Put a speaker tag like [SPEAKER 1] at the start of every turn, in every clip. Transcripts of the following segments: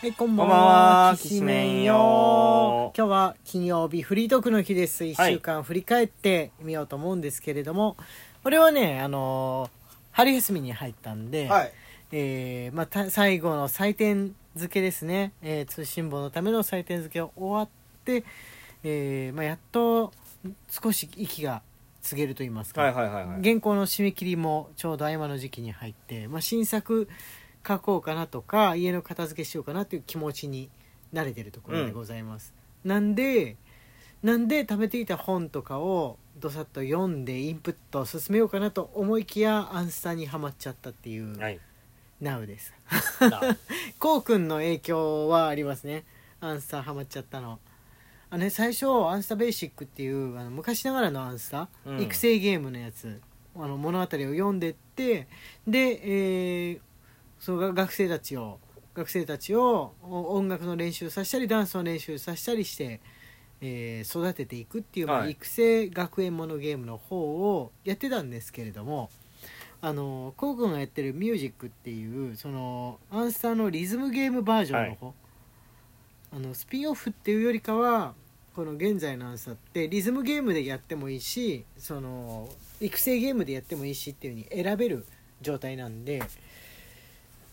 [SPEAKER 1] はい、こんばん
[SPEAKER 2] こんばん
[SPEAKER 1] は
[SPEAKER 2] は。
[SPEAKER 1] きしめ
[SPEAKER 2] き
[SPEAKER 1] ん
[SPEAKER 2] しめん
[SPEAKER 1] よ
[SPEAKER 2] よ。
[SPEAKER 1] 今日は金曜日フリートークの日です。一週間振り返ってみようと思うんですけれども、これはね、あのー春休みに入ったんで、
[SPEAKER 2] はい。
[SPEAKER 1] えーまあた最後の採点付けですね、えー通信簿のための採点付けを終わって、えーまあ、やっと少し息が告げると言いますか、
[SPEAKER 2] はいはいはいはい。
[SPEAKER 1] 原稿の締め切りもちょうど合間の時期に入って、まあ、新作書こうかなとか家の片付けしようかなという気持ちに慣れてるところでございます、なんでなんで貯めていた本とかをどさっと読んでインプットを進めようかなと思いきやアンスタにはまっちゃったってい う
[SPEAKER 2] はい。
[SPEAKER 1] ナウです
[SPEAKER 2] な
[SPEAKER 1] こうくんの影響はありますねアンスタハマっちゃったのあのね最初アンスタベーシックっていうあの昔ながらのアンスタ、
[SPEAKER 2] うん
[SPEAKER 1] 育成ゲームのやつあの物語を読んでってで、えーそのが学生たちを学生たちをお音楽の練習させたりダンスの練習させたりして、えー育てていくっていう、まあ
[SPEAKER 2] はい
[SPEAKER 1] 育成学園ものゲームの方をやってたんですけれどもあのこうくんがやってる「ミュージックっていうそのアンスターのリズムゲームバージョンの方、あのスピンオフっていうよりかはこの現在のアンサーってリズムゲームでやってもいいしその育成ゲームでやってもいいしっていう風に選べる状態なんで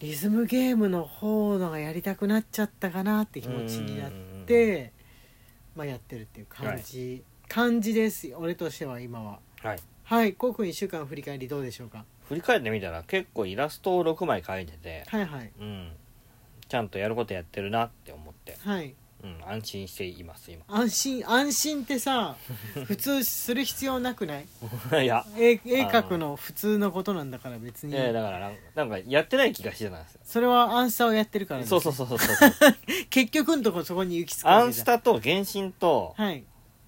[SPEAKER 1] リズムゲームの方のがやりたくなっちゃったかなって気持ちになって、まあ、やってるっていう感じ、感じです俺としては今は
[SPEAKER 2] はい。
[SPEAKER 1] はいこうくん1週間振り返りどうでしょうか
[SPEAKER 2] 振り返ってみたら結構イラストを6枚描いてて、
[SPEAKER 1] はいはい
[SPEAKER 2] うん。ちゃんとやることやってるなって思って、
[SPEAKER 1] はい
[SPEAKER 2] うん。安心しています、今。
[SPEAKER 1] 安心安心って さ普通する必要なくない
[SPEAKER 2] いや。
[SPEAKER 1] 絵絵描くの普通のことなんだから別に
[SPEAKER 2] えだからなんなんかやってない気がしてたんですよ。
[SPEAKER 1] それはアンスタをやってるからね
[SPEAKER 2] そうそうそうそうそう。
[SPEAKER 1] 結局のとこそこに行き着くわけじゃん
[SPEAKER 2] アンスタと原神と、
[SPEAKER 1] はい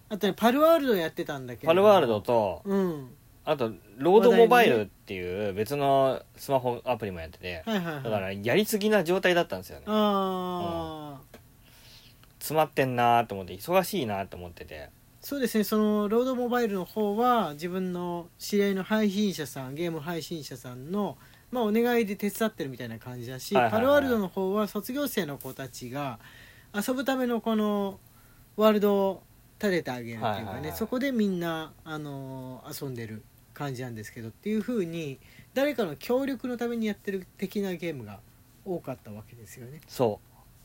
[SPEAKER 1] あとねパルワールドやってたんだけど
[SPEAKER 2] パルワールドと、
[SPEAKER 1] うん
[SPEAKER 2] あと、ロードモバイルっていう別のスマホアプリもやってて、
[SPEAKER 1] はいはいはい
[SPEAKER 2] だからやりすぎな状態だったんですよね。
[SPEAKER 1] ああ、
[SPEAKER 2] 詰まってんなーと思って、忙しいなーと思ってて。
[SPEAKER 1] そうですねそのロードモバイルの方は自分の知り合いの配信者さんゲーム配信者さんのまあお願いで手伝ってるみたいな感じだし、
[SPEAKER 2] はいはいはい
[SPEAKER 1] パルワールドの方は卒業生の子たちが遊ぶためのこのワールドを立ててあげるっていうかね、
[SPEAKER 2] はいはいはい
[SPEAKER 1] そこでみんな、あのー遊んでる感じなんですけどっていう風に誰かの協力のためにやってる的なゲームが多かったわけですよね。
[SPEAKER 2] そ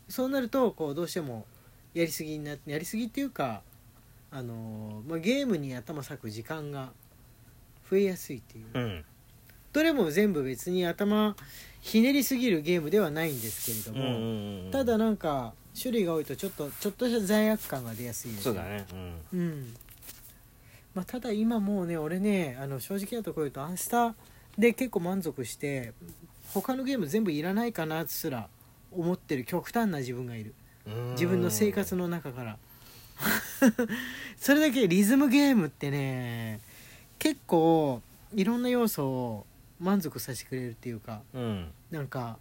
[SPEAKER 2] う。
[SPEAKER 1] そうなるとこうどうしてもやりすぎになってやりすぎっていうか、あのーまあ、ゲームに頭割く時間が増えやすいっていう、
[SPEAKER 2] うん
[SPEAKER 1] どれも全部別に頭ひねりすぎるゲームではないんですけれども、ただなんか種類が多いとちょっとちょっとした罪悪感が出やすいです
[SPEAKER 2] そ
[SPEAKER 1] よ
[SPEAKER 2] うだねうん
[SPEAKER 1] うんまあ、ただ今もうね俺ねあの正直なところ言うとアンスタで結構満足して他のゲーム全部いらないかなすら思ってる極端な自分がいる自分の生活
[SPEAKER 2] の
[SPEAKER 1] の中から それだけリズムゲームってね結構いろんな要素を満足させてくれるっていうか
[SPEAKER 2] うん
[SPEAKER 1] なんか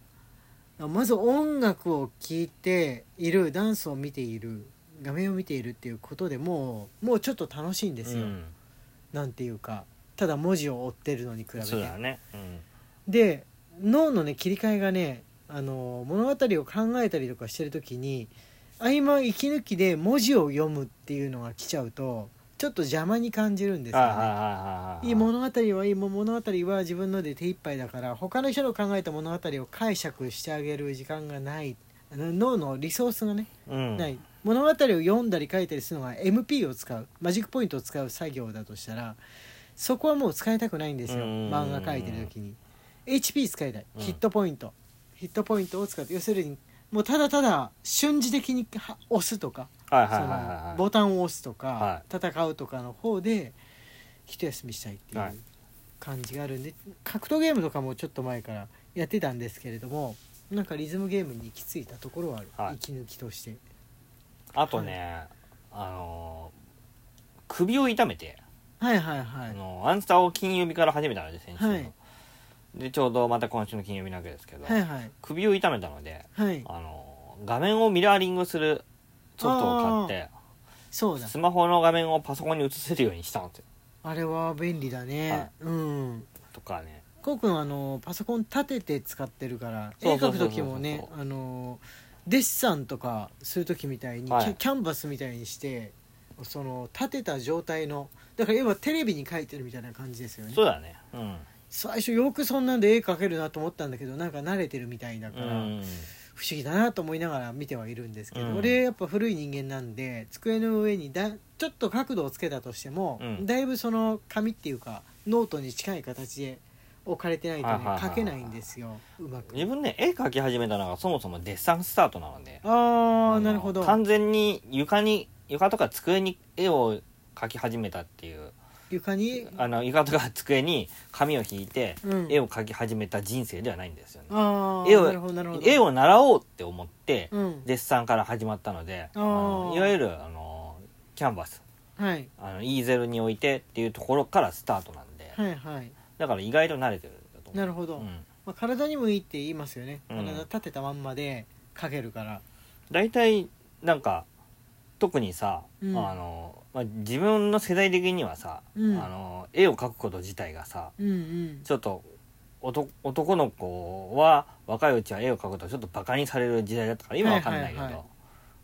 [SPEAKER 1] まず音楽を聴いているダンスを見ている画面を見ているっていうことでもうもうちょっと楽しいんですよ、
[SPEAKER 2] うん
[SPEAKER 1] なんていうかただ文字を追ってるのに比べて
[SPEAKER 2] そうだねうん
[SPEAKER 1] で脳のね切り替えがねあの物語を考えたりとかしてる時に合間息抜きで文字を読むっていうのが来ちゃうとちょっと邪魔に感じるんですよ
[SPEAKER 2] はいはい
[SPEAKER 1] ね。
[SPEAKER 2] はいはいはい
[SPEAKER 1] い物語はいいもう物語は自分ので手一杯だから他の人の考えた物語を解釈してあげる時間がないあの脳のリソースがね、
[SPEAKER 2] うん
[SPEAKER 1] ない物語を読んだり書いたりするのは MP を使うマジックポイントを使う作業だとしたらそこはもう使いたくないんですよ
[SPEAKER 2] うんうんうん
[SPEAKER 1] 漫画書いてる時に HP 使いたい
[SPEAKER 2] うん
[SPEAKER 1] ヒットポイント、ヒットポイントを使って要するにもうただただ瞬時的には押すとか
[SPEAKER 2] はい
[SPEAKER 1] そ
[SPEAKER 2] はいはい
[SPEAKER 1] の
[SPEAKER 2] はい
[SPEAKER 1] ボタンを押すとか、
[SPEAKER 2] は
[SPEAKER 1] 戦うとかの方で一休みしたいってい
[SPEAKER 2] は
[SPEAKER 1] う
[SPEAKER 2] い
[SPEAKER 1] 感じがあるんで格闘ゲームとかもちょっと前からやってたんですけれどもなんかリズムゲームに行き着いたところはある、
[SPEAKER 2] はい
[SPEAKER 1] 息抜きとして
[SPEAKER 2] あとねあのー首を痛めて
[SPEAKER 1] はいはいは
[SPEAKER 2] あ
[SPEAKER 1] い
[SPEAKER 2] のアンスタを金曜日から始めたので先週
[SPEAKER 1] は
[SPEAKER 2] の
[SPEAKER 1] い
[SPEAKER 2] でちょうどまた今週の金曜日なわけですけど
[SPEAKER 1] はいはい
[SPEAKER 2] 首を痛めたので
[SPEAKER 1] はい
[SPEAKER 2] あのー画面をミラーリングするソフトを買っ
[SPEAKER 1] そう
[SPEAKER 2] て
[SPEAKER 1] だ
[SPEAKER 2] スマホの画面をパソコンに映せるようにしたんですよ
[SPEAKER 1] あれは便利だね、
[SPEAKER 2] はい
[SPEAKER 1] うん
[SPEAKER 2] とかね
[SPEAKER 1] こうくんはあのパソコン立てて使ってるから
[SPEAKER 2] そ
[SPEAKER 1] 絵
[SPEAKER 2] うそ
[SPEAKER 1] 描
[SPEAKER 2] う
[SPEAKER 1] く
[SPEAKER 2] そうそう
[SPEAKER 1] 時もねあのデッサンとかする時みたいに、
[SPEAKER 2] はい
[SPEAKER 1] キャキャンバスみたいにしてその立てた状態のだから今テレビに書いてるみたいな感じですよね
[SPEAKER 2] そうだねうん
[SPEAKER 1] 最初よくそんなんで絵描けるなと思ったんだけどなんか慣れてるみたいだから、
[SPEAKER 2] うん
[SPEAKER 1] 不思議だなと思いながら見てはいるんですけど、
[SPEAKER 2] うん
[SPEAKER 1] 俺やっぱ古い人間なんで机の上にだちょっと角度をつけたとしても、
[SPEAKER 2] うん
[SPEAKER 1] だいぶその紙っていうかノートに近い形で置かれてないとね
[SPEAKER 2] はいはいはいはい
[SPEAKER 1] 描けないんですようまく
[SPEAKER 2] 自分ね絵描き始めたのがそもそもデッサンスタートなので
[SPEAKER 1] あ
[SPEAKER 2] あ
[SPEAKER 1] あ
[SPEAKER 2] の
[SPEAKER 1] なるほど
[SPEAKER 2] 完全に床に床とか机に絵を描き始めたっていう
[SPEAKER 1] 床に
[SPEAKER 2] あの床とか机に紙を引いて
[SPEAKER 1] うん
[SPEAKER 2] 絵を描き始めた人生ではないんですよね、
[SPEAKER 1] ああ
[SPEAKER 2] 絵を
[SPEAKER 1] なるほどなるほど
[SPEAKER 2] 絵を習おうって思って
[SPEAKER 1] うん
[SPEAKER 2] デッサンから始まったので、
[SPEAKER 1] あ
[SPEAKER 2] あ
[SPEAKER 1] ー
[SPEAKER 2] のいわゆるあのキャンバス
[SPEAKER 1] はい
[SPEAKER 2] あの E0 に置いてっていうところからスタートなんで、
[SPEAKER 1] はいはい
[SPEAKER 2] だから意外と慣れてるんだと思う
[SPEAKER 1] なるほど、
[SPEAKER 2] うん
[SPEAKER 1] まあ、体にもいいって言いますよね
[SPEAKER 2] うん
[SPEAKER 1] 体立てたまんまで描けるから
[SPEAKER 2] 大体なんか特にさ、
[SPEAKER 1] うん
[SPEAKER 2] あのまあ、自分の世代的にはさ、
[SPEAKER 1] うん
[SPEAKER 2] あの絵を描くこと自体がさ
[SPEAKER 1] うんうん
[SPEAKER 2] ちょっと男男の子は若いうちは絵を描くとちょっとバカにされる時代だったから今わかんないけど、
[SPEAKER 1] はいはいはい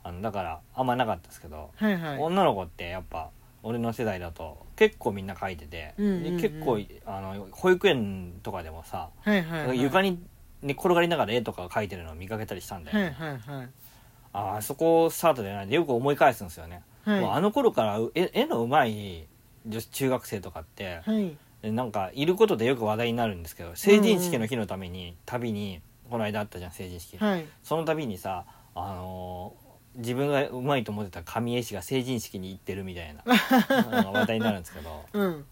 [SPEAKER 2] あのだからあんまなかったですけど、
[SPEAKER 1] はいはい
[SPEAKER 2] 女の子ってやっぱ俺の世代だと結構みんな描いてて、
[SPEAKER 1] うんうんうん
[SPEAKER 2] で結構あの保育園とかでもさ、
[SPEAKER 1] はいはいはい
[SPEAKER 2] 床に寝っ転がりながら絵とか描いてるのを見かけたりしたんだよね、
[SPEAKER 1] はいはいはい
[SPEAKER 2] ああそこスタートじゃないんでよく思い返すんですよね、
[SPEAKER 1] はい
[SPEAKER 2] もうあの頃から絵絵のうまい女子中学生とかって、
[SPEAKER 1] はい
[SPEAKER 2] なんかいることでよく話題になるんですけど成人式の日のために旅にこの間あったじゃん成人式、
[SPEAKER 1] はい
[SPEAKER 2] その度にさあのー自分がうまいと思ってた神絵師が成人式に行ってるみたい なあの話題になるんですけど
[SPEAKER 1] うん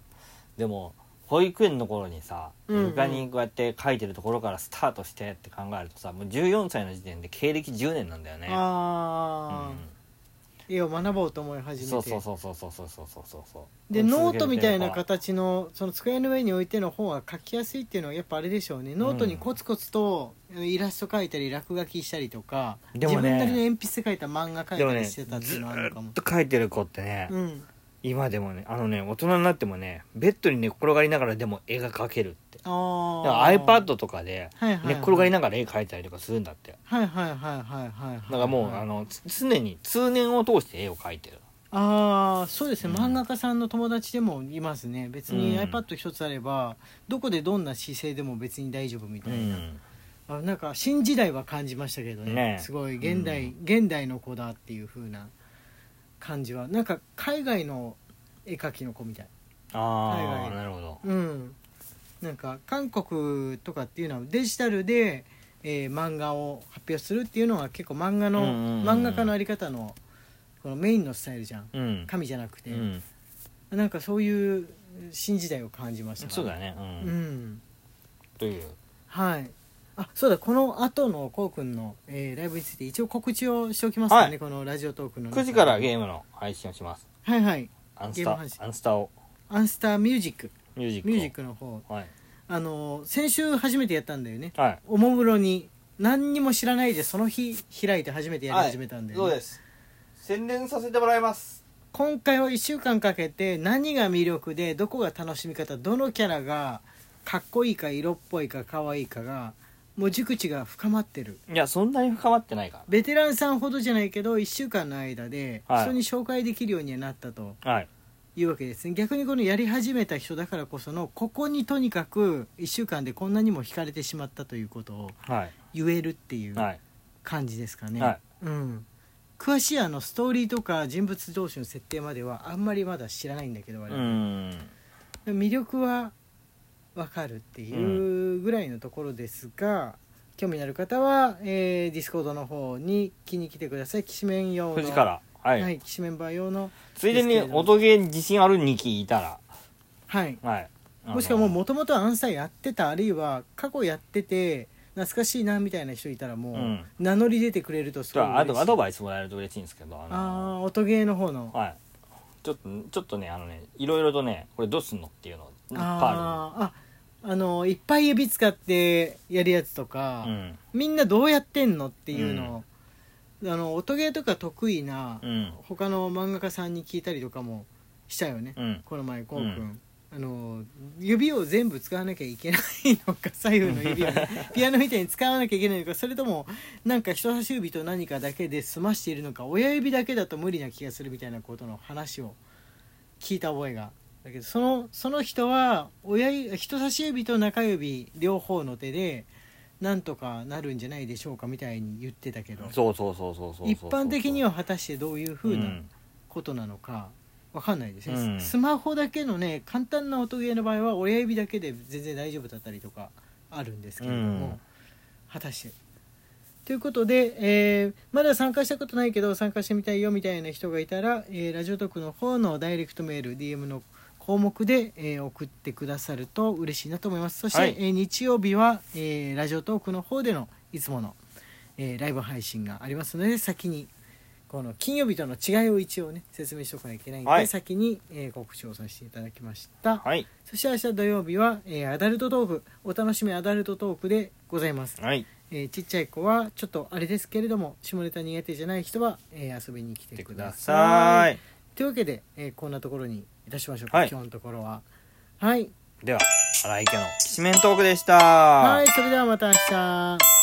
[SPEAKER 2] でも保育園の頃にさ
[SPEAKER 1] うんうん
[SPEAKER 2] 床にこうやって書いてるところからスタートしてって考えるとさもう14歳の時点で経歴10年なんだよね。
[SPEAKER 1] ああ、
[SPEAKER 2] うん
[SPEAKER 1] 絵を学ぼうと思い始めて
[SPEAKER 2] そうそうそうそうそうそうそうそうそうそう
[SPEAKER 1] でノートみたいな
[SPEAKER 2] 形
[SPEAKER 1] 形のその机の上に置いての方が書きやすいっていうのはやっぱあれでしょうねノートにコツコツとイラスト描いたり落書きしたりとか、
[SPEAKER 2] で
[SPEAKER 1] 自
[SPEAKER 2] もね
[SPEAKER 1] 分なりの鉛筆で描いた漫画描い
[SPEAKER 2] でも
[SPEAKER 1] た
[SPEAKER 2] ね
[SPEAKER 1] りし
[SPEAKER 2] ず
[SPEAKER 1] てたっていうのはあるかも
[SPEAKER 2] ーっ、と書いてる子ってね、
[SPEAKER 1] うん
[SPEAKER 2] 今でもねあのね大人になってもねベッドに寝っ転がりながらでも絵が描けるってだか
[SPEAKER 1] あ
[SPEAKER 2] ら
[SPEAKER 1] あ
[SPEAKER 2] iPad とかで
[SPEAKER 1] はいはいは
[SPEAKER 2] 寝
[SPEAKER 1] い
[SPEAKER 2] っ転がりながら絵描いたりとかするんだって
[SPEAKER 1] はいはいはいはいはいはい
[SPEAKER 2] だからもうあのつ常に通年を通して絵を描いてる
[SPEAKER 1] ああそうです
[SPEAKER 2] う
[SPEAKER 1] ね、
[SPEAKER 2] ん
[SPEAKER 1] 漫画家さんの友達でもいますね別に
[SPEAKER 2] うん
[SPEAKER 1] iPad 一つあればどこでどんな姿勢でも別に大丈夫みた
[SPEAKER 2] う
[SPEAKER 1] いな、
[SPEAKER 2] ん
[SPEAKER 1] あなんか新時代は感じましたけどね
[SPEAKER 2] ねえ
[SPEAKER 1] すごい現代、
[SPEAKER 2] う
[SPEAKER 1] 現代の子だっていう風な感じはなんか海外の絵描きの子みたい
[SPEAKER 2] あ
[SPEAKER 1] はいは
[SPEAKER 2] あ
[SPEAKER 1] い
[SPEAKER 2] なるほど
[SPEAKER 1] うんなんか韓国とかっていうのはデジタルで、えー漫画を発表するっていうのは結構漫画の、
[SPEAKER 2] うんうんうん
[SPEAKER 1] 漫画家のあり方のこのメインのスタイルじゃん
[SPEAKER 2] うん
[SPEAKER 1] 紙じゃなくて、
[SPEAKER 2] うん
[SPEAKER 1] なんかそういう新時代を感じました
[SPEAKER 2] そうだねう
[SPEAKER 1] うんん
[SPEAKER 2] という
[SPEAKER 1] はい。あ、そうだ、この後のこうくんの、えーライブについて一応告知をしておきますかね、
[SPEAKER 2] はい
[SPEAKER 1] このラジオトークの中で。
[SPEAKER 2] 9時からゲームの配信をします
[SPEAKER 1] はいはい。
[SPEAKER 2] アン
[SPEAKER 1] ゲ
[SPEAKER 2] ス
[SPEAKER 1] ーム
[SPEAKER 2] タ
[SPEAKER 1] 配信
[SPEAKER 2] アンスタを
[SPEAKER 1] アンスターミュージック。
[SPEAKER 2] ミュージックを
[SPEAKER 1] ミュージックの方。
[SPEAKER 2] はい
[SPEAKER 1] あのー、先週初めてやったんだよね。
[SPEAKER 2] はい
[SPEAKER 1] おもむろに、何にも知らないでその日開いて初めてやり始めたんだよね、
[SPEAKER 2] はいそうです宣伝させてもらいます
[SPEAKER 1] 今回は1週間かけて何が魅力でどこが楽しみ方どのキャラがかっこいいか色っぽいか可愛いかがもう熟知が深まってる
[SPEAKER 2] いやそんなに深まってないか
[SPEAKER 1] ベテランさんほどじゃないけど1週間の間で
[SPEAKER 2] はい
[SPEAKER 1] 人に紹介できるようにはなったと
[SPEAKER 2] らはい
[SPEAKER 1] いうわけですね、逆にこのやり始めた人だからこそのここにとにかく1週間でこんなにも惹かれてしまったということを
[SPEAKER 2] はい
[SPEAKER 1] 言えるっていう
[SPEAKER 2] はい
[SPEAKER 1] 感じですかね、
[SPEAKER 2] はい
[SPEAKER 1] うん、詳しいあのストーリーとか人物同士の設定まではあんまりまだ知らないんだけど我
[SPEAKER 2] う
[SPEAKER 1] 々
[SPEAKER 2] ん
[SPEAKER 1] 魅力はわかるっていうぐらいのところですが、興味のある方は、えー、ディスコードの方に気に来てくださいきしめん用の
[SPEAKER 2] 9時からは、
[SPEAKER 1] はいい、きしめんバー用の
[SPEAKER 2] ついでに音ゲーに自信ある2期いた
[SPEAKER 1] はい
[SPEAKER 2] らはいあの
[SPEAKER 1] もしくはもうもともとアンサーやってたあるいは過去やってて懐かしいなみたいな人いたらもう、
[SPEAKER 2] うん
[SPEAKER 1] 名乗り出てくれるとす
[SPEAKER 2] ち
[SPEAKER 1] ご
[SPEAKER 2] ょ
[SPEAKER 1] い
[SPEAKER 2] っとア
[SPEAKER 1] 嬉しい
[SPEAKER 2] ドアドバイスもらえると嬉しいんですけどあ
[SPEAKER 1] あー音ゲーの方の
[SPEAKER 2] はいちょっとちょっとねあのねいろいろとねこれどうすんのっていうのをパ
[SPEAKER 1] あーああのいっぱい指使ってやるやつと
[SPEAKER 2] ー
[SPEAKER 1] か、
[SPEAKER 2] ルに
[SPEAKER 1] みんなどうやってんのっていうのを、あの音ゲーとか得意な、
[SPEAKER 2] うんうん
[SPEAKER 1] 他の漫画家さんに聞いたりとかもしたよね、
[SPEAKER 2] うん
[SPEAKER 1] この前こうくん、あの指を全部使わなきゃいけないのか左右の指をね ピアノみたいに使わなきゃいけないのかそれともなんか人差し指と何かだけで済ましているのか親指だけだと無理な気がするみたいなことの話を聞いた覚えがだけどそのその人は親指人差し指と中指両方の手でなんとかなるんじゃないでしょうかみたいに言ってたけど
[SPEAKER 2] そうそうそうそうそうそう
[SPEAKER 1] 一般的に
[SPEAKER 2] は
[SPEAKER 1] は果たしてどういうふうな、ことなのかわかんないですね、
[SPEAKER 2] うん
[SPEAKER 1] スマホだけのね簡単な音ゲーの場合は親指だけで全然大丈夫だったりとかあるんですけれども、
[SPEAKER 2] うん
[SPEAKER 1] 果たして。ということで、えーまだ参加したことないけど参加してみたいよみたいな人がいたら、えーラジオトークの方のダイレクトメール DM の項目で、えー送ってくださると嬉しいなと思いますそして、
[SPEAKER 2] はい
[SPEAKER 1] えー日曜日は、えーラジオトークの方でのいつもの、えーライブ配信がありますので先にこの金曜日との違いを一応ね説明しておかなきゃいけないんで、
[SPEAKER 2] はい
[SPEAKER 1] 先に、えー告知をさせていただきました、
[SPEAKER 2] はい
[SPEAKER 1] そして明日土曜日は、えーアダルトトークお楽しみアダルトトークでございます、
[SPEAKER 2] はい
[SPEAKER 1] えーちっちゃい子はちょっとあれですけれども下ネタ苦手じゃない人は、えー遊びに来
[SPEAKER 2] 来
[SPEAKER 1] て
[SPEAKER 2] て
[SPEAKER 1] く
[SPEAKER 2] く
[SPEAKER 1] だ
[SPEAKER 2] だ
[SPEAKER 1] さ
[SPEAKER 2] さ
[SPEAKER 1] い
[SPEAKER 2] い
[SPEAKER 1] というわけで、えーこんなところにいたしましょうか、
[SPEAKER 2] はい
[SPEAKER 1] 今日のところははい
[SPEAKER 2] では荒井家のきしめんトークでした
[SPEAKER 1] はいそれではまた明日